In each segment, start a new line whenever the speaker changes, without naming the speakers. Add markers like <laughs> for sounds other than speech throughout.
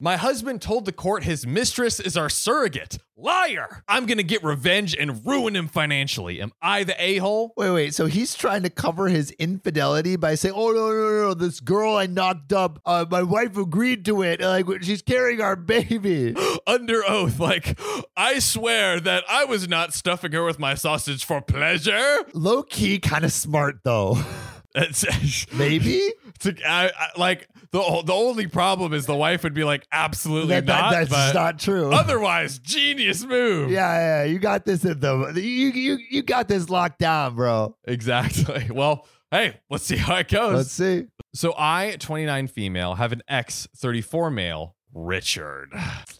My husband told the court his mistress is our surrogate. Liar! I'm gonna get revenge and ruin him financially. Am I the a hole?
Wait, wait. So he's trying to cover his infidelity by saying, "Oh no, no, no! no, This girl I knocked up, uh, my wife agreed to it. Like she's carrying our baby."
<gasps>
<gasps>
Under oath, like, I swear that I was not stuffing her with my sausage for pleasure. <laughs>
Low key, kind of smart though. <laughs>
It's-
Maybe
to, I, I, like the o- the only problem is the wife would be like, absolutely
That- that-
not.
that's
but
not
<laughs>
true.
otherwise, genius move.
<laughs> yeah, yeah, you got this in the you you you got this locked down, bro.
exactly. Well, hey, let's see how it goes.
Let's see.
so I, 29 female, have an ex, 34 male, Richard.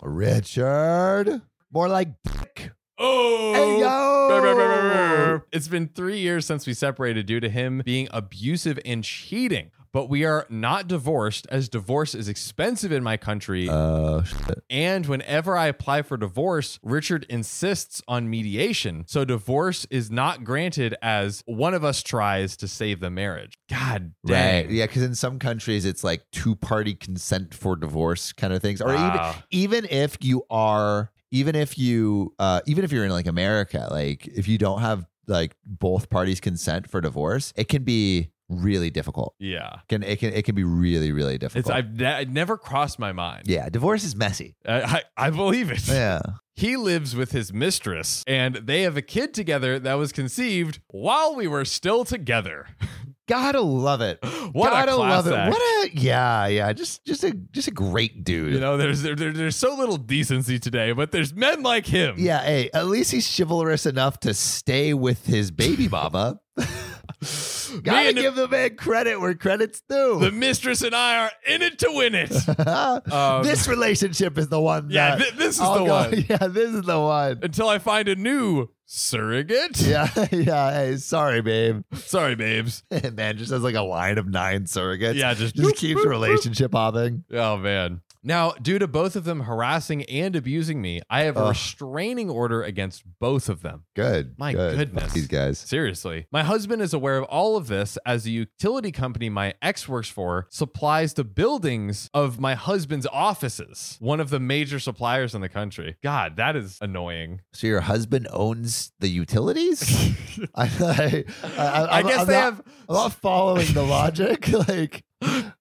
Richard, more like. Dick.
Oh.
Hey
Brr, brr, brr, brr, <laughs>
yo.
brr. It's been three years since we separated due to him being abusive and cheating, but we are not divorced as divorce is expensive in my country.
Oh shit.
And whenever I apply for divorce, Richard insists on mediation. So divorce is not granted as one of us tries to save the marriage. God dang.
Right. Yeah, because in some countries it's like two party consent for divorce kind of things. Or
Wow.
even even if you are even if you uh even if you're in like America, like if you don't have like both parties consent for divorce, it can be really difficult.
Yeah.
Can it can it can be really, really
It's
difficult.
I've ne- it never crossed my mind.
yeah, divorce is messy.
I, I, I believe it.
Yeah.
He lives with his mistress, and they have a kid together that was conceived while we were still together.
<laughs>
<laughs>
Gotta love it.
What
Gotta
a class
love it.
act.
What a yeah, yeah. Just just a just a great dude.
you know, there's there, there- there's so little decency today, but there's men like him.
yeah, hey, at least he's chivalrous enough to stay with
<laughs>
his baby mama.
Me
Gotta
and
give the man credit where credit's due.
the mistress and I are in it to win
<laughs>
it. Um,
this relationship is the one.
yeah,
that
thi- this is
I'll
the
go-
one.
<laughs> Yeah, this is
<laughs>
the one.
Until I find a new surrogate.
Yeah, yeah. Hey, sorry, babe.
<laughs>
<laughs>
Sorry, babes.
man just has like a line of nine surrogates.
Yeah, just,
Just
boop,
keeps
boop, boop.
relationship hopping.
Oh man. Now, due to both of them harassing and abusing me, I have a
Ugh.
restraining order against both of them.
Good.
My
good.
goodness.
These guys.
Seriously. My husband is aware of all of this as the utility company my ex works for supplies the buildings of my husband's offices, one of the major suppliers in the country. God, that is annoying.
So your husband owns
<laughs>
the utilities? <laughs> I, <laughs> I, I,
I
I'm-
guess
I'm
they
not-
have.
I'm not following the logic. <laughs> like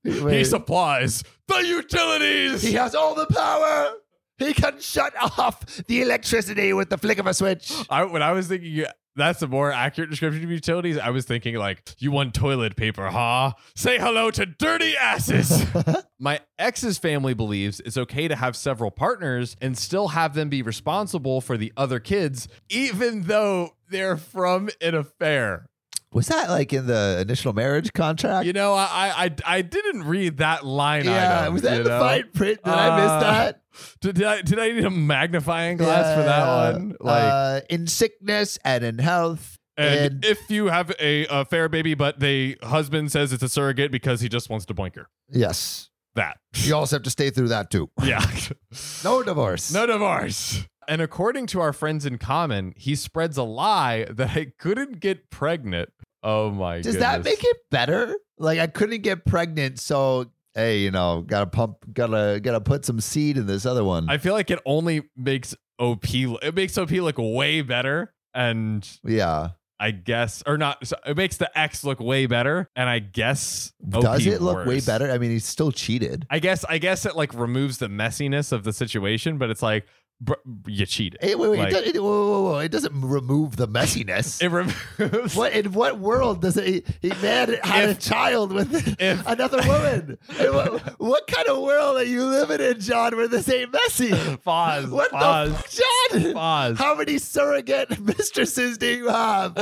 He
wait.
supplies the utilities.
He has all the power. He can shut off the electricity with the flick of a switch.
<gasps> I, when I was thinking that's a more accurate description of utilities, I was thinking like, you want toilet paper, huh? Say hello to dirty
<laughs>
asses. <laughs> My ex's family believes it's okay to have several partners and still have them be responsible for the other kids, even though they're from an affair.
Was that like in the initial marriage contract?
You know, I I I didn't read that line
yeah,
item.
was that
you
in the
know?
fine print? Did I
Uh,
miss that?
Did, did I did I need a magnifying glass for
Yeah.
that one? Like,
uh, in sickness and in health.
And,
And-
if you have a, a fair baby, but the husband says it's a surrogate because he just wants to boink her.
Yes,
That.
you also have to stay through that too.
yeah.
No
<laughs>
divorce.
No divorce. And according to our friends in common, he spreads a lie that I couldn't get pregnant. Oh my
Does
goodness.
that make it better? Like I couldn't get pregnant, so hey, you know, gotta pump, gotta gotta put some seed in this other one.
I feel like it only makes OP it makes OP look way better and
yeah.
I guess or not so it makes the X look way better and I guess OP
Does it look way
worse.
better? I mean, he's still cheated.
I guess I guess it like removes the messiness of the situation, but it's like br- you cheated.
Hey, wait, wait,
Like-
it, does, it, whoa, whoa, whoa, it doesn't remove the messiness.
It removes.
what in what world does it? He man had
If-
a child with
<laughs> if-
another <laughs> woman. In what, what kind of world are you living in, John? Where this ain't messy?
<laughs> Pause.
What
pause.
the fuck, John?
pause.
How many surrogate <laughs> mistresses do you <laughs> have?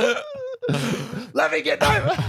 Let me get that.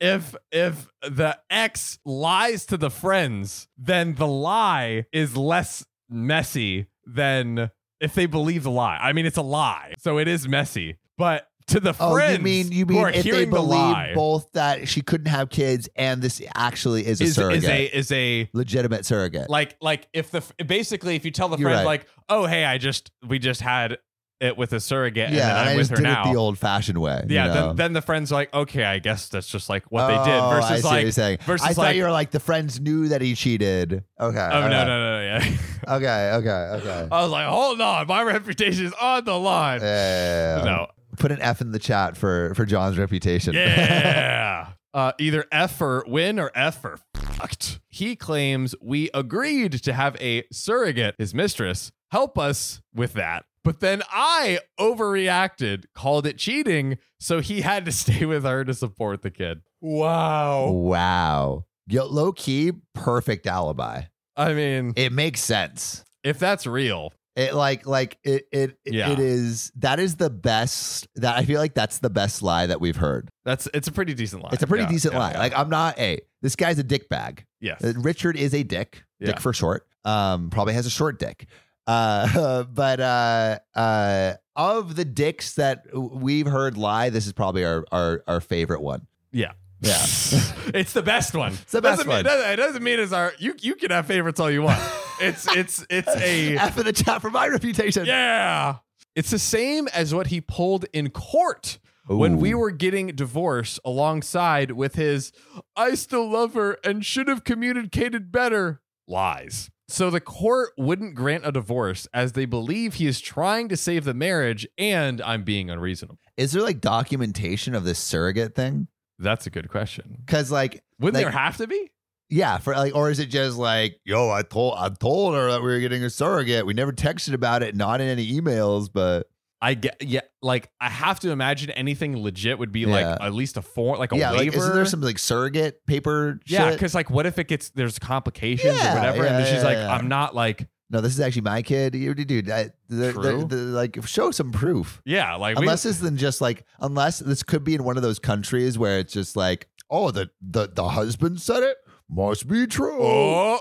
if if the ex lies to the friends, then the lie is less messy than if they believe the lie. I mean, it's a lie, so it is messy. But to the
Oh,
friends,
you mean you
who
mean
are
if they
hearing the lie,
believe both that she couldn't have kids and this actually is a
is,
surrogate,
is a is a
legitimate surrogate?
like like if the basically if you tell the
You're
friend
right.
like oh hey I just we just had it with a surrogate and
yeah,
then
and
I'm
I
with
just
her
did
now.
it the old-fashioned way. you
yeah,
know?
then, then the friends are like, okay, I guess that's just like what they did
Oh, I see
versus
what
like
you're saying.
versus
I thought
like-
you were like the friends knew that he cheated. Okay.
oh no, no, no, no, yeah. <laughs>
Okay. Okay. Okay.
I was like, hold on, my <laughs> reputation is on the <laughs> line.
Yeah, yeah, yeah.
No,
Uh, Put an F in the chat for for John's reputation.
Yeah. <laughs> Uh, either F for win or F for fucked. He claims we agreed to have a surrogate, his mistress, help us with that. But then I overreacted, called it cheating, so he had to <laughs> stay with her to support the kid. Wow.
<laughs> wow. Yo, low key, perfect alibi.
I mean,
It makes sense.
if that's real,
It like like it it
Yeah.
it is that is the best that I feel like that's the best lie that we've heard.
that's it's a pretty decent lie.
It's a pretty
Yeah,
decent
yeah,
lie.
yeah.
Like I'm not a this guy's a dick bag.
yes.
Uh, Richard is a dick,
Yeah.
dick for short. Um, probably has a short dick. Uh, <laughs> but uh, uh, of the dicks that we've heard lie, this is probably our our, our favorite one.
Yeah.
Yeah.
<laughs> it's the best one.
It's the best
doesn't
one.
Mean, doesn't- it doesn't mean it's our you you can have favorites all you
<laughs>
want. it's it's it's a
F in the chat for my reputation.
Yeah. It's the same as what he pulled in court when we were getting divorced alongside with his I still love her and should have communicated better lies. So the court wouldn't grant a divorce as they believe he is trying to save the marriage and I'm being unreasonable.
Is there like documentation of this surrogate thing?
That's a good question.
Because like
Wouldn't
Like-
there have to be?
yeah, for like, or is it just like, yo, I told I told her that we were getting a surrogate. We never texted about it, not in any emails, but
I get yeah, like I have to imagine anything legit would be
Yeah.
like at least a form, like a
yeah, like,
waiver.
isn't there some like surrogate paper?
yeah,
shit?
because like what if it gets there's complications
Yeah,
or whatever,
yeah,
and she's
yeah,
like,
yeah.
I'm not like
no, this is actually my kid. You dude, I, the,
True.
the- the- like show some proof.
yeah, like
unless it's then just like unless this could be in one of those countries where it's just like, oh, the the the husband said it must be true.
we <laughs> oh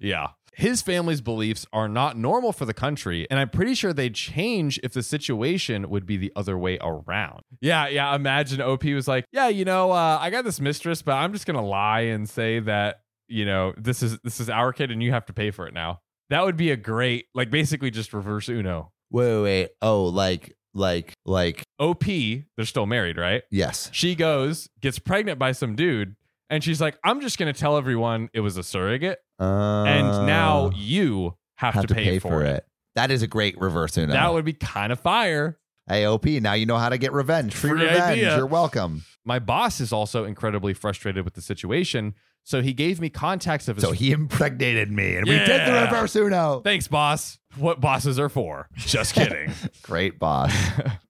yeah. His family's beliefs are not normal for the country, and I'm pretty sure they'd change if the situation would be the other way around. Yeah, yeah. Imagine OP was like, yeah, you know, uh, I got this mistress, but I'm just gonna lie and say that you know this is this is our kid, and you have to pay for it now. That would be a great, like, basically just reverse Uno.
Wait, wait, wait. Oh, like like like
OP, they're still married, right?
yes.
she goes, gets pregnant by some dude, and she's like, I'm just gonna tell everyone it was a surrogate,
Uh,
and now you have, to, pay, for, it.
That is a great reverse Uno.
That would be kind of fire.
AOP. Now you know how to get revenge. Free,
Free
revenge.
idea.
You're welcome.
My boss is also incredibly frustrated with the situation, so he gave me contacts of his.
So he impregnated me, and we did the
Yeah.
reverse Uno.
Thanks, boss. What bosses are for? <laughs> Just kidding.
Great boss.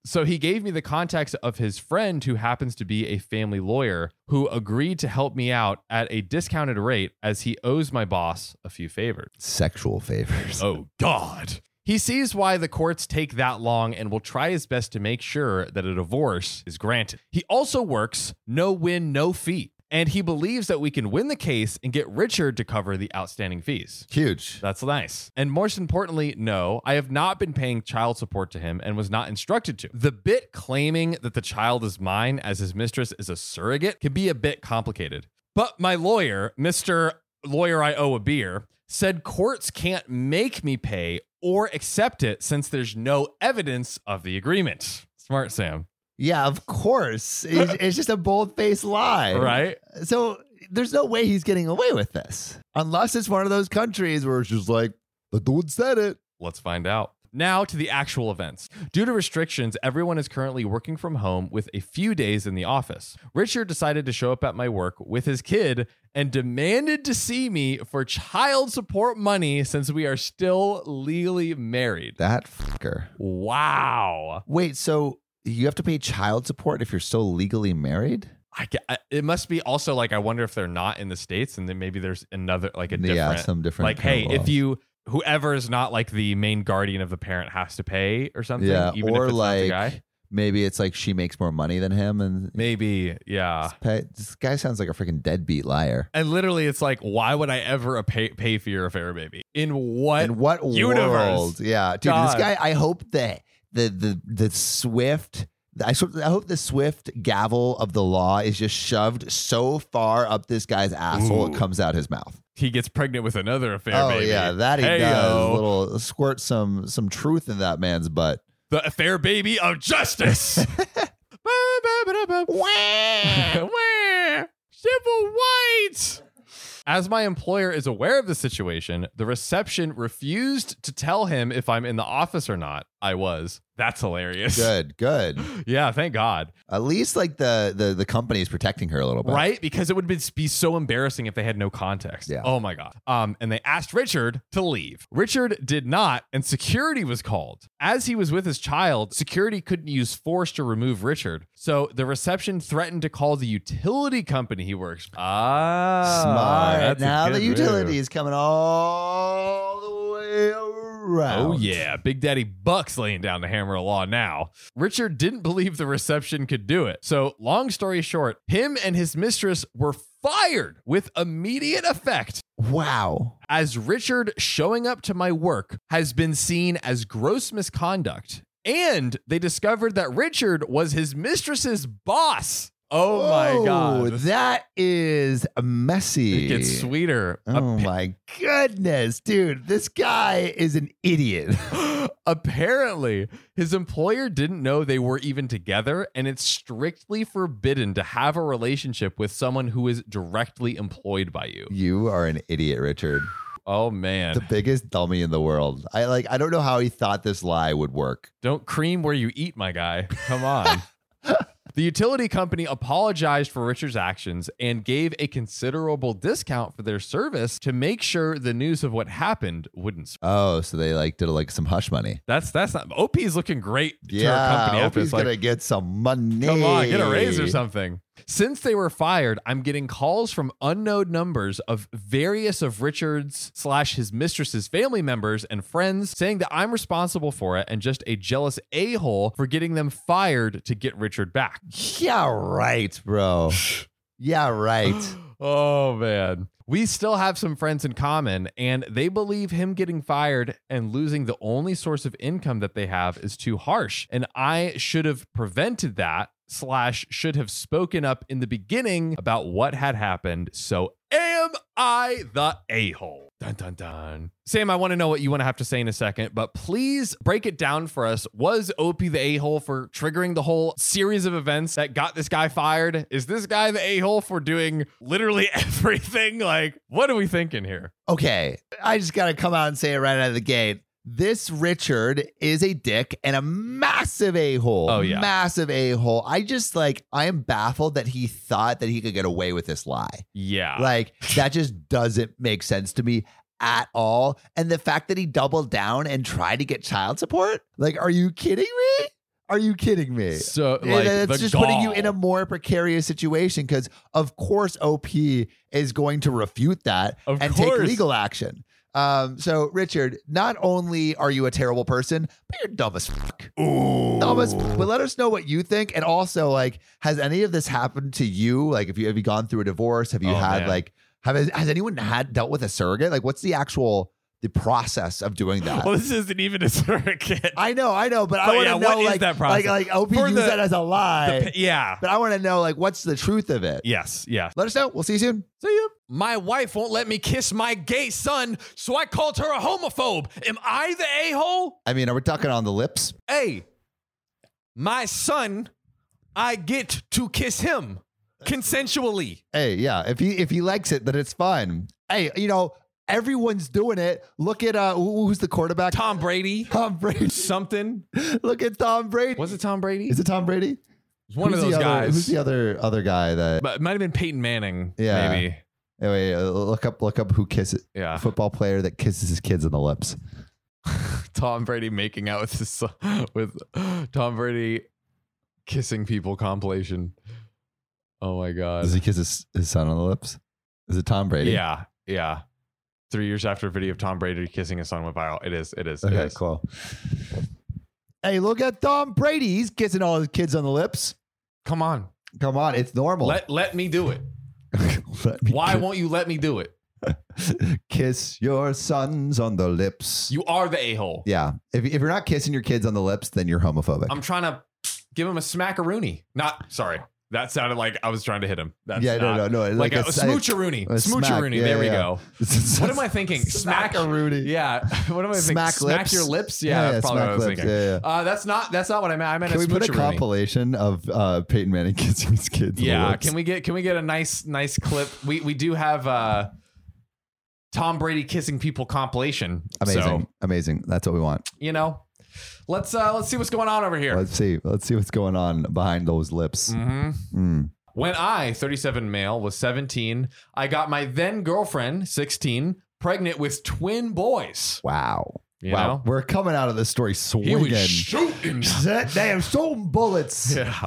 so he gave me the contacts of his friend who happens to be a family lawyer who agreed to help me out at a discounted rate as he owes my boss a few favors.
Sexual favors.
Oh, God. He sees why the courts take that long and will try his best to make sure that a divorce is granted. He also works no win, no fee, and he believes that we can win the case and get Richard to cover the outstanding fees.
Huge.
That's nice. And most importantly, no, I have not been paying child support to him and was not instructed to. The bit claiming that the child is mine as his mistress is a surrogate can be a bit complicated. But my lawyer, Mr. Lawyer I Owe a Beer, said courts can't make me pay or accept it since there's no evidence of the agreement. Smart Sam,
Yeah, of course. It's,
<laughs>
it's just a bold faced lie.
right?
So there's no way he's getting away with this. Unless it's one of those countries where it's just like, the dude said it.
Let's find out. Now to the actual events. Due to restrictions, everyone is currently working from home with a few days in the office. Richard decided to show up at my work with his kid and demanded to see me for child support money since we are still legally married.
That fucker.
Wow.
Wait, so you have to pay child support if you're still legally married?
I, ca- I- it must be also like I wonder if they're not in the states and then maybe there's another like a different
yeah, some different.
like
kind
hey
of
if
laws.
you whoever is not like the main guardian of the parent has to pay or something
yeah,
even
or
if it's not the
like
guy.
maybe it's like she makes more money than him, and
Maybe, yeah.
pay, this guy sounds like a freaking deadbeat liar.
And literally, it's like, why would I ever a- pay, pay for your affair, baby? In what?
In what
universe?
world? Yeah, dude, this
God.
guy. I hope that the the the swift. I, sw- I hope the swift gavel of the law is just shoved so far up this guy's asshole
Ooh.
it comes out his mouth.
he gets pregnant with another affair,
oh
baby.
yeah, that he
Hey,
does.
yo. <laughs>
Little squirt some some truth in that man's butt.
the fair baby of
<laughs>
justice. <laughs> Where? Civil rights. As my employer is aware of the situation, the reception refused to tell him if I'm in the office or not. I was. That's hilarious.
Good, good.
<laughs> Yeah, thank God.
At least like the the the company is protecting her a little bit.
Right? Because it would be, be so embarrassing if they had no context.
Yeah.
Oh my God. Um, and they asked Richard to leave. Richard did not, and security was called. As he was with his child, security couldn't use force to remove Richard. So the reception threatened to call the utility company he works. Ah,
Smart.
that's a
Now
good
the utility
move.
is coming all the way around.
Oh yeah, Big Daddy Buck's laying down the hammer of law now. Richard didn't believe the reception could do it. So, long story short, him and his mistress were fired with immediate effect
Wow.
as Richard showing up to my work has been seen as gross misconduct. And they discovered that Richard was his mistress's boss. Oh my
Whoa,
God.
That is messy.
it gets sweeter.
Oh my goodness, dude. This guy is an
<laughs>
idiot.
<gasps> Apparently, his employer didn't know they were even together, and it's strictly forbidden to have a relationship with someone who is directly employed by you.
You are an idiot, Richard.
Oh <laughs>
The
man.
biggest dummy in the world. I like I don't know how he thought this lie would work.
Don't cream where you eat, my guy. Come
<laughs>
on. The utility company apologized for Richard's actions and gave a considerable discount for their service to make sure the news of what happened wouldn't spread.
Oh, so they like did like some hush money.
That's that's not OP is looking great to
Yeah,
her company
hope
after
he's
this, like,
gonna get some money.
Come on, get a raise or something. Since they were fired, I'm getting calls from unknown numbers of various of Richard's slash his mistress's family members and friends saying that I'm responsible for it and just a jealous a hole for getting them fired to get Richard back.
Yeah, right, bro. yeah, right.
<gasps> oh man. We still have some friends in common, and they believe him getting fired and losing the only source of income that they have is too harsh. And I should have prevented that, slash, should have spoken up in the beginning about what had happened. So am I the a hole? Dun dun dun. Sam, I want to know what you want to have to say in a second, but please break it down for us. Was Opie the a hole for triggering the whole series of events that got this guy fired? Is this guy the a hole for doing literally <laughs> everything? Like, what are we thinking here?
Okay, I just gotta come out and say it right out of the gate. This Richard is a dick and a massive a hole.
Oh, yeah.
massive a hole. I just like I am baffled that he thought that he could get away with this lie.
Yeah.
Like that just doesn't make sense to me at all. And the fact that he doubled down and tried to get child support, like, are you kidding me? Are you kidding me?
so,
Yeah,
like,
eh, that's
the
just putting you in a
gall.
more precarious situation because, of course, OP is going to refute that
Of
and take
course.
legal action. Um, so, Richard, not only are you a terrible person, but you're dumb as fuck. Dumb as fuck. But let us know what you think. And also, like, has any of this happened to you? Like, if you have you gone through a divorce? Have you
Oh,
had
man.
like have has anyone had dealt with a surrogate? Like, what's the actual the process of doing that?
Well, <laughs> this isn't even a surrogate.
I know, I know, but, I
But
want to
yeah,
know
what is
like
that
like
process?
like OP
For
used
the-
that as a lie.
The- yeah.
But I want to know, like, what's the truth of it?
Yes. Yes.
Let us know. We'll see you soon.
See ya. My wife won't let me kiss my gay son, so I called her a homophobe. Am I the a hole?
I mean, are we talking on the lips?
Hey, my son, I get to kiss him consensually.
Hey, yeah. If he if he likes it, then it's fine. Hey, you know, everyone's doing it. Look at uh, who- who's the quarterback?
Tom Brady,
<laughs> Tom
<laughs>
Brady.
something.
Look at Tom Brady.
Was it Tom Brady?
Is it Tom Brady?
It's one
Who's
of those
the other-
guys.
Who's the other other guy that?
But it might have been Peyton Manning.
Yeah.
Maybe.
Anyway, uh, look up look up who kisses
Yeah. <laughs>
football player that kisses his kids on the lips.
Tom Brady making out with his son, with Tom Brady kissing people compilation. Oh my god.
Does he kiss his, his son on the lips? Is it Tom Brady?
Yeah, yeah. Three years after a video of Tom Brady kissing his son went viral. It is, it is, it
Okay,
is.
cool. Hey, look at Tom Brady. He's kissing all his kids on the lips.
Come on.
Come on, it's normal.
Let let me do it.
<laughs> Let me
Why won't you let me do it?
<laughs> kiss your sons on the lips?
You are the a-hole.
yeah. If, if you're not kissing your kids on the lips, then you're homophobic.
I'm trying to give him a smackaroonie. Not sorry. That sounded like I was trying to hit him. That's
yeah,
not,
no, no, no.
Like,
a
a,
<laughs>
smoocheroony.
a smack,
Smoocheroony.
yeah,
there we
yeah.
go. What am I
<laughs>
thinking? Smack.
Smackaroonie.
Yeah. <laughs> What am I thinking?
Smack
smack
lips.
your lips. Yeah, that's probably what I was
smack lips,
thinking.
Yeah, yeah.
Uh, that's not. That's not what I meant. I meant
Can
a
we put a
smoocheroony.
compilation of uh, Peyton Manning <laughs> kissing his kids?
Yeah, can we get can we get a nice nice clip? We we do have uh Tom Brady kissing people compilation.
Amazing,
So,
amazing. That's what we want.
you know, let's uh let's see what's going on over here.
Let's see. Let's see what's going on behind those lips.
hmm
Mm.
When I, 37 male, was 17, I got my then girlfriend, 16, pregnant with twin boys.
Wow.
You
wow.
know?
We're coming out of this story
He
swinging.
was
<laughs>
shooting.
That- they have some bullets.
Yeah.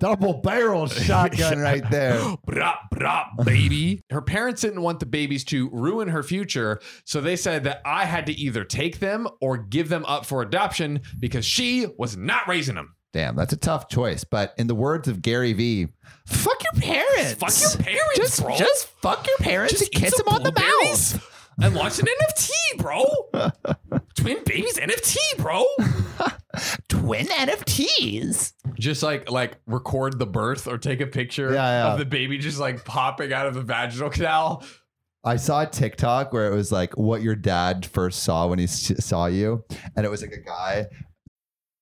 Double <laughs> barrel shotgun
<gasps>
right there.
Brah, brah, baby. Her parents didn't want the babies to ruin her future, so they said that I had to either take them or give them up for adoption because she was not raising them.
Damn, that's a tough choice. But in the words of Gary Vee, fuck your parents.
Fuck your parents,
Just,
bro.
just fuck your parents
Just
and kiss
eat some
them on the
blueberries.
mouth.
and launch an NFT,
<laughs>
bro. Twin babies NFT, bro.
Twin NFTs.
Just like like record the birth or take a picture
Yeah, yeah.
of the baby just like popping out of the vaginal canal.
I saw a TikTok where it was like what your dad first saw when he s- saw you. And it was like a guy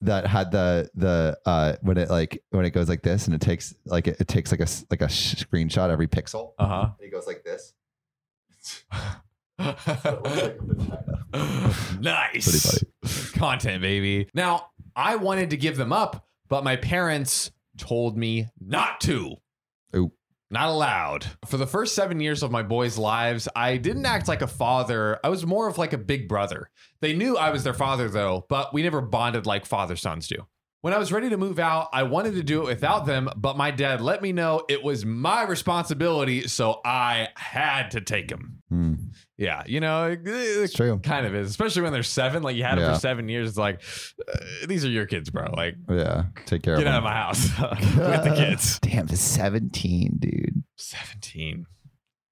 that had the the uh when it like when it goes like this and it takes like it, it takes like a s- like a sh- screenshot every pixel
<laughs> Uh
and it goes like this.
huh. <sighs>
Pretty
nice
funny.
content, baby. Now I wanted to give them up, but my parents told me not to.
Ooh.
Not allowed. For the first seven years of my boys' lives, I didn't act like a father. I was more of like a big brother. They knew I was their father, though, but we never bonded like father sons do. When I was ready to move out, I wanted to do it without them, but my dad let me know it was my responsibility, so I had to take him.
Hmm,
Yeah, you know,
it's true.
kind of is, especially when they're seven. Like you had them
Yeah.
for seven years. It's like uh, these are your kids, bro. Like
Yeah, take care
get out
of
of my house <laughs> with the
<laughs>
kids.
Damn, the seventeen, dude.
Seventeen.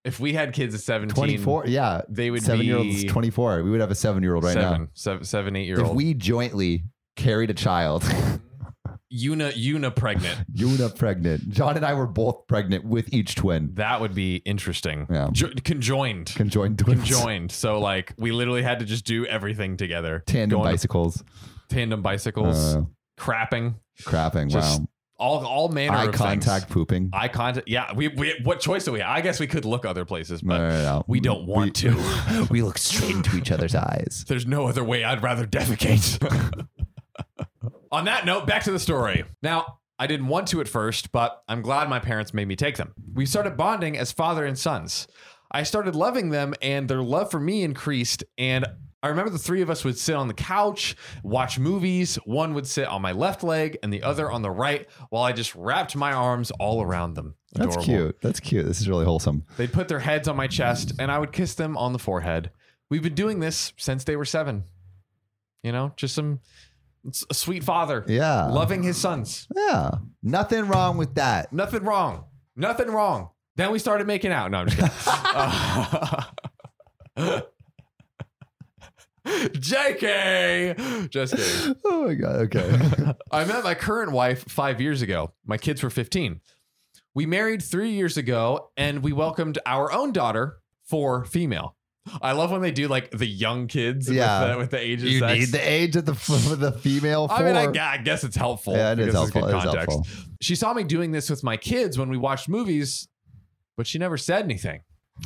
If we had kids at seventeen,
Twenty-four. Yeah,
they would be
seven-year-olds. Twenty-four. We would have a seven-year-old right
seven, seven, seven, eight year
now. If
old.
we jointly carried a child, <laughs>
Una, una pregnant.
Yuna pregnant. John and I were both pregnant with each twin.
that would be interesting.
Yeah,
Jo- conjoined.
conjoined twins.
Conjoined. So like we literally had to just do everything together.
Tandem
Going to
bicycles.
Tandem bicycles.
Uh,
crapping.
crapping.
Just
wow.
All all manner of
Eye
things.
contact. Pooping.
Eye contact. Yeah. We, we what choice do we have? I guess we could look other places, but
no, no, no.
we don't want to.
<laughs> we look straight into each other's eyes.
There's no other way I'd rather
<laughs>
defecate. On that note, back to the story. Now, I didn't want to at first, but I'm glad my parents made me take them. We started bonding as father and sons. I started loving them, and their love for me increased. And I remember the three of us would sit on the couch, watch movies. One would sit on my left leg and the other on the right, while I just wrapped my arms all around them.
That's
Adorable.
cute. That's cute. This is really wholesome.
They'd put their heads on my chest and I would kiss them on the forehead. We've been doing this since they were seven. You know, just some s- a sweet father
Yeah.
loving his sons.
Yeah. Nothing wrong with that.
Nothing wrong. Nothing wrong. Then we started making out. No, I'm just kidding. Uh, <laughs> JK. Just kidding.
Oh my god. Okay.
<laughs> I met my current wife five years ago. My kids were 15. We married three years ago and we welcomed our own daughter for female. I love when they do like the young kids with,
Yeah.
the, with the age of
you
sex.
need the age of the f- <laughs> the female. For.
I mean, I, gu- I guess it's helpful.
Yeah, it is
because it's
helpful.
good
It is
context.
helpful.
She saw me doing this with my kids when we watched movies, but she never said anything.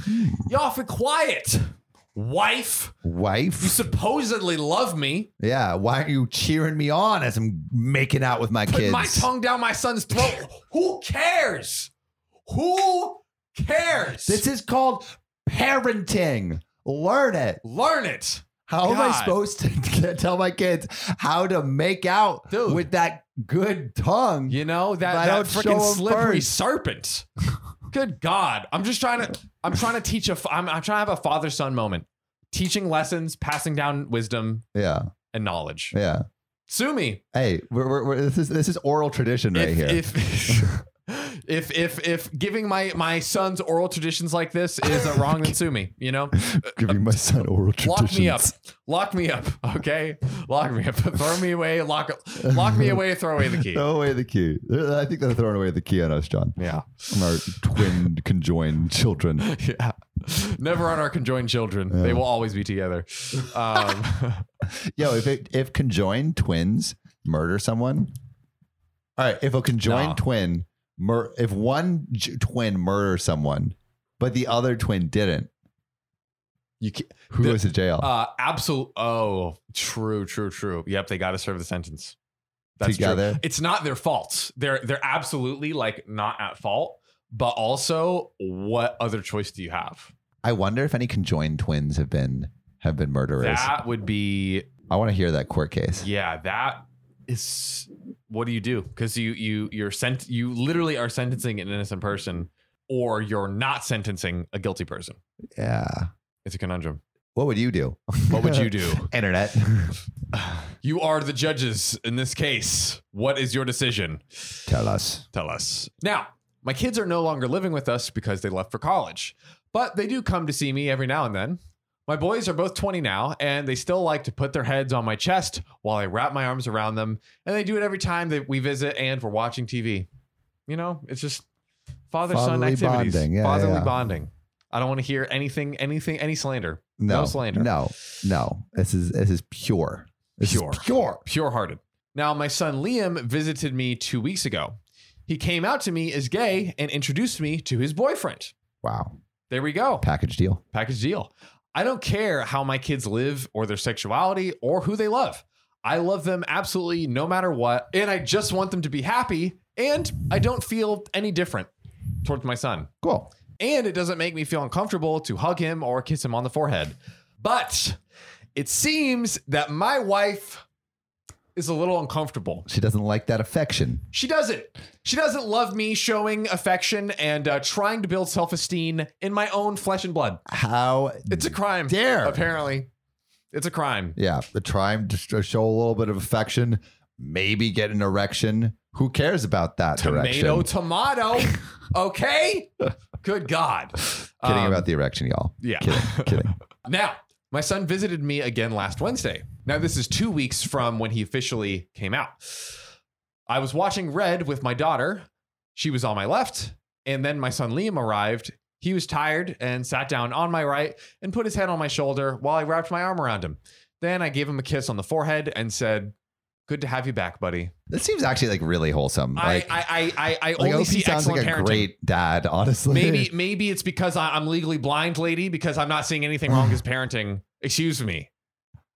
Hmm.
Y'all for quiet. Wife, you
Wife.
supposedly love me.
Yeah. Why aren't you cheering me on as I'm making out with my
Put
kids?
my tongue down my son's
<laughs>
throat. Who cares? Who cares?
This is called parenting. Learn it.
Learn it.
How am I
God.
supposed to <laughs> tell my kids how to make out
Dude.
with that good tongue?
You know that
But I
that
don't show
freaking
'em
slippery
first. <laughs>
serpent. Good God! I'm just trying to. I'm trying to teach a. f- I'm, I'm trying to have a father son moment, teaching lessons, passing down wisdom
Yeah,
and knowledge.
yeah.
Sue me
Hey, we're, we're, we're, this is this is oral tradition right
if,
here.
If, if <laughs> if if giving my my son's oral traditions like this is a wrong,
<laughs>
then sue me. You know,
Giving my son oral traditions.
lock me up, lock me up. <laughs> Okay, lock me up. <laughs> Throw me away. Lock lock me away. Throw away the
<laughs>
key.
Throw away the key. They're- I think they're throwing away the key on us, John.
Yeah, <laughs>
On our twin conjoined children.
yeah. Never on our conjoined children. They
Yeah.
will always be together.
<laughs>
Um,
Yo, if it, if conjoined twins murder someone, all right. If a conjoined
Nah.
twin, mur- if one j- twin murders someone, but the other twin didn't, you can- who
The-
goes to jail?
uh, absolute. Oh, true, true, true. Yep, they got to serve the sentence. That's true.
Together.
It's not their fault. They're they're absolutely like not at fault. But also, what other choice do you have?
I wonder if any conjoined twins have been have been murderers.
That would be
I want to hear that court case.
yeah. That is what do you do? Because you you you're sent. You literally are sentencing an innocent person, or you're not sentencing a guilty person.
Yeah.
It's a conundrum.
What would you do?
<laughs> What would you do?
<laughs>
<laughs>
Internet.
You are the judges in this case. What is your decision?
Tell us.
Tell us. Now, my kids are no longer living with us because they left for college, but they do come to see me every now and then. My boys are both 20 now, and they still like to put their heads on my chest while I wrap my arms around them, and they do it every time that we visit and we're watching TV. You know, it's just father son
Fatherly
activities,
bonding. Yeah,
fatherly
yeah.
bonding. I don't want to hear anything, anything, any slander.
No,
No slander.
No, no. This is this is pure. This is
Pure.
pure.
pure hearted. Now, my son Liam visited me two weeks ago. He came out to me as gay and introduced me to his boyfriend.
Wow.
There we go.
Package deal.
Package deal. I don't care how my kids live or their sexuality or who they love. I love them absolutely no matter what. And I just want them to be happy. And I don't feel any different towards my son.
Cool.
And it doesn't make me feel uncomfortable to hug him or kiss him on the forehead. But it seems that my wife is a little uncomfortable.
She doesn't like that affection.
She doesn't. She doesn't love me showing affection and uh, trying to build self esteem in my own flesh and blood.
How?
It's a crime.
Dare.
Apparently, it's a crime.
yeah, the trying to sh- show a little bit of affection, maybe get an erection. Who cares about that
Tomato,
direction?
tomato.
<laughs>
Okay. Good God.
Kidding
Um,
about the erection, y'all.
Yeah. <laughs>
Kidding, kidding.
Now, my son visited me again last Wednesday. Now, this is two weeks from when he officially came out. I was watching Red with my daughter. She was on my left. And then my son Liam arrived. He was tired and sat down on my right and put his head on my shoulder while I wrapped my arm around him. Then I gave him a kiss on the forehead and said, Good to have you back, buddy.
This seems actually like really wholesome.
I
Like,
I, I, I, I
like I
only
hope he
see
sounds
excellent
like a
parenting.
great dad. Honestly,
Maybe
<laughs>
maybe it's because I- I'm legally blind, lady, because I'm not seeing anything wrong with his parenting. Excuse me.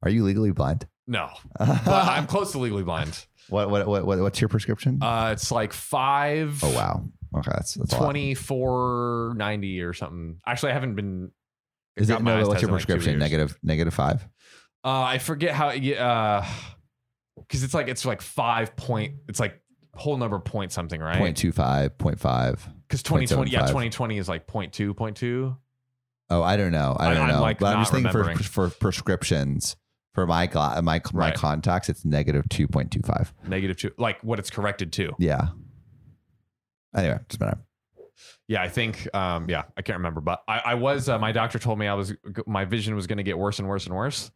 Are you legally blind? <laughs>
No, but I'm close to legally blind.
what, what what what what's your prescription?
Uh, it's like five.
oh wow. Okay, that's, that's a lot.
24 90 or something. Actually, I haven't been.
Is
got
it
my
no?
eyes
What's your
tested in like two
prescription?
years.
Negative negative five.
Uh, I forget how. Yeah, because it's like it's like five point. It's like whole number point something,
Point
right?
two five. Point five.
Because 2020, yeah,
0.75.
2020 is like point two, point two.
Oh, I don't know.
I-
I don't
I'm,
know.
like,
but I'm
not
just thinking for,
remembering.
for prescriptions for my gla- my my
Right.
contacts, it's negative two point two five.
Negative two, like what it's corrected to.
Yeah. Anyway, doesn't matter.
Yeah, I think. Um, yeah, I can't remember, but I, I was. Uh, my doctor told me I was. My vision was going to get worse and worse and worse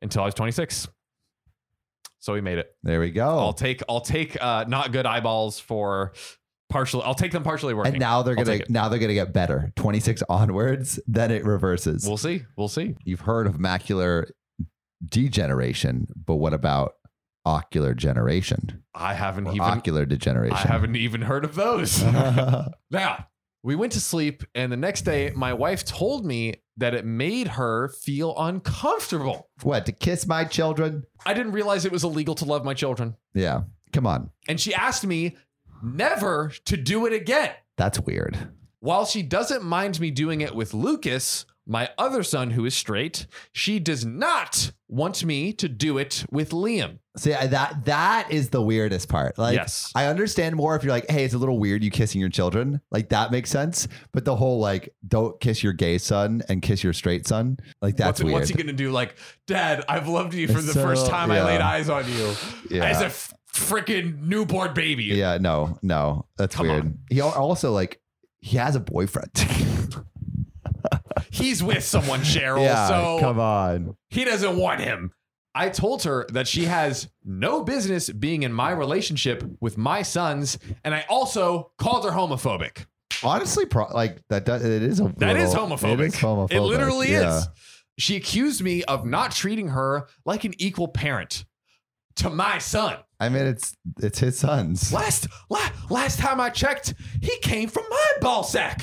until I was 26. So we made it.
There we go.
I'll take. I'll take uh, not good eyeballs for partially. I'll take them partially working.
and now they're
I'll
gonna
take it.
now they're gonna get better. Twenty six onwards, then it reverses.
we'll see. We'll see.
You've heard of macular degeneration, but what about ocular generation
I haven't
or
even.
ocular degeneration?
I haven't even heard of
<laughs>
those.
Uh-huh.
<laughs> now we went to sleep, and the next day, my wife told me that it made her feel uncomfortable.
what to kiss my children?
I didn't realize it was illegal to love my children.
Yeah, come on,
and she asked me never to do it again.
that's weird.
While she doesn't mind me doing it with Lucas, My other son, who is straight, she does not want me to do it with Liam.
See, I, that that is the weirdest part. Like,
yes.
I understand more if you're like, hey, it's a little weird you kissing your children. Like that makes sense. But the whole like, don't kiss your gay son and kiss your straight son. Like that's
what's,
weird.
what's he going to do? Like, Dad, I've loved you from
It's
the
so-
first time I
yeah.
laid eyes on you
Yeah.
as a f- freaking newborn baby.
yeah, no, no, that's
Come
weird. He al- also like he has a boyfriend. <laughs>
He's with someone,
<laughs>
Cheryl. so
come on.
He doesn't want him. I told her that she has no business being in my relationship with my sons, and I also called her homophobic.
Honestly, pro- like that. Does, it is a
That is
little-
homophobic.
It is homophobic.
It literally
Yeah.
is. She accused me of not treating her like an equal parent to my son.
I mean, it's it's his sons.
Last la- last time I checked, he came from my ball sack.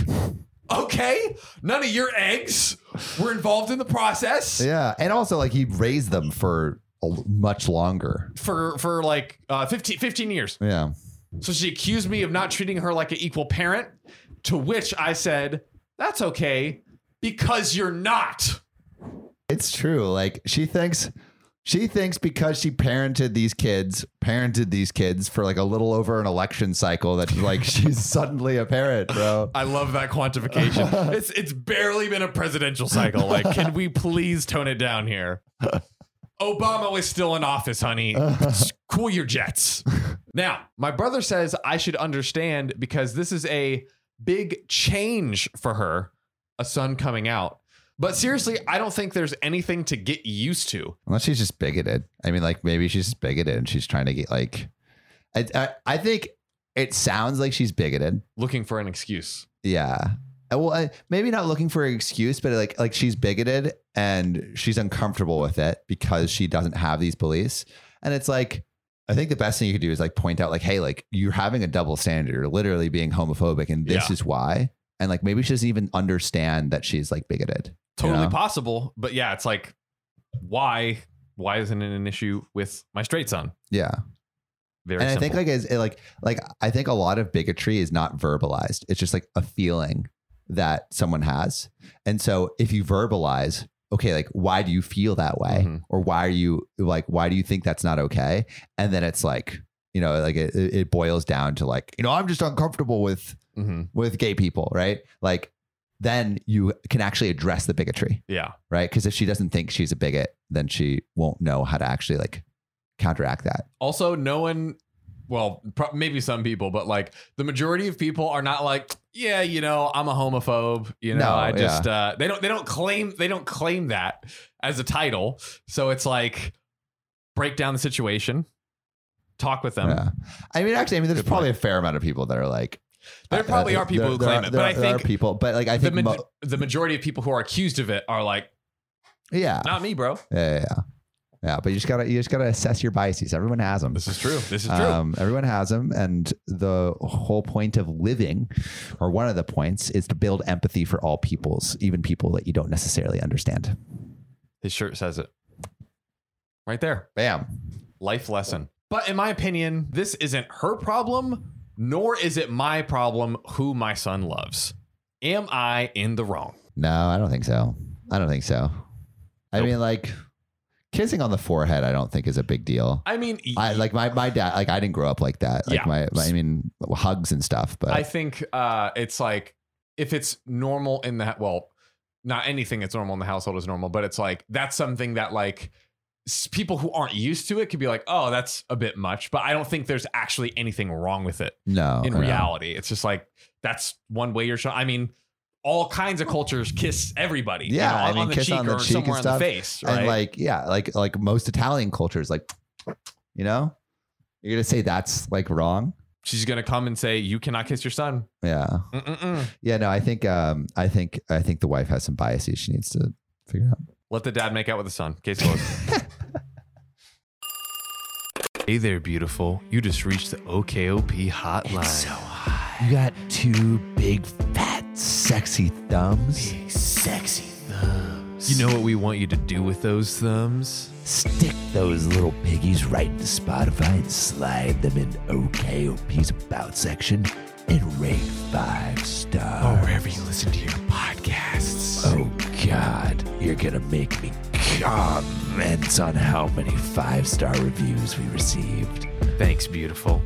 Okay, none of your eggs were involved in the process
Yeah, and also like he raised them for a, l- much longer.
for for like uh, 15, 15 years.
Yeah.
So she accused me of not treating her like an equal parent, to which I said, "That's okay because you're not."
It's true. Like she thinks she thinks because she parented these kids, parented these kids for like a little over an election cycle that like she's suddenly a parent, bro.
I love that quantification. it's it's barely been a presidential cycle. Like, can we please tone it down here? Obama is still in office, honey. cool your jets. Now, my brother says I should understand because this is a big change for her, a son coming out. But seriously, I don't think there's anything to get used to.
Unless she's just bigoted. I mean, like maybe she's just bigoted and she's trying to get like I I, I think it sounds like she's bigoted.
Looking for an excuse.
Yeah. Uh, Well, I, maybe not looking for an excuse, but like like she's bigoted and she's uncomfortable with it because she doesn't have these beliefs. And it's like I think the best thing you could do is like point out like, hey, like you're having a double standard. You're literally being homophobic, and this
Yeah.
is why. And like maybe she doesn't even understand that she's like bigoted.
Totally
Yeah.
possible. But yeah, it's like, why? Why isn't it an issue with my straight son?
Yeah.
Very
and I
simple.
think like is like like I think a lot of bigotry is not verbalized. It's just like a feeling that someone has. And so if you verbalize, okay, like why do you feel that way?
Mhm.
Or why are you like why do you think that's not okay? And then it's like, you know, like it, it it boils down to like, you know, I'm just uncomfortable with
mm-hmm.
with gay people, right? Like then you can actually address the bigotry,
Yeah.
right? Because if she doesn't think she's a bigot, then she won't know how to actually like counteract that.
Also, no one, well, pro- maybe some people, but like the majority of people are not like, yeah, you know, I'm a homophobe. You know,
No,
I just uh, they don't they don't claim they don't claim that as a title. So it's like break down the situation, talk with them.
Yeah. I mean, actually, I mean, there's
Good
probably a fair amount of people that are like. uh,
There probably are people who
there
claim
are-
it,
there
but I
are- there are
think
people, but like I
The,
think,
ma-
mo-
the majority of people who are accused of it are like,
yeah,
not me, bro.
yeah, yeah, yeah. But you just gotta, you just gotta assess your biases. Everyone has them.
This is true. This is true.
Um, everyone has them, and the whole point of living, or one of the points, is to build empathy for all peoples, even people that you don't necessarily understand.
His shirt says it right there.
Bam.
life lesson. But in my opinion, this isn't her problem, nor is it my problem who my son loves. Am I in the wrong?
No, I don't think so. I don't think so. I
Nope.
mean, like kissing on the forehead, I don't think is a big deal.
I mean,
I like my my dad. Like I didn't grow up like that. Like
Yeah.
my, my I mean hugs and stuff. But
I think uh, it's like if it's normal in the well, not anything that's normal in the household is normal, but it's like that's something that like s- people who aren't used to it could be like, oh, that's a bit much. But I don't think there's actually anything wrong with it.
no,
in
no.
reality. It's just like that's one way you're showing. I mean, all kinds of cultures kiss everybody. you
Yeah,
know,
I mean,
on the
kiss
cheek
on the
or
cheek and
somewhere on
stuff.
the face, right?
and like yeah, like like most Italian cultures, like you know, you're gonna say that's like wrong.
She's gonna come and say, "You cannot kiss your son."
Yeah,
Mm-mm-mm.
yeah. No, I think um, I think I think the wife has some biases she needs to figure out.
Let the dad make out with the son. Case closed.
<laughs>
hey there, beautiful. You just reached the OKOP hotline.
You got two big, fat, sexy thumbs.
sexy thumbs. You know what we want you to do with those thumbs?
Stick those little piggies right into Spotify and slide them in OKOP's About section and rate five stars.
Oh, Wherever you listen to your podcasts.
Oh God.
You're gonna make me comment on how many five star reviews we received.
Thanks, beautiful.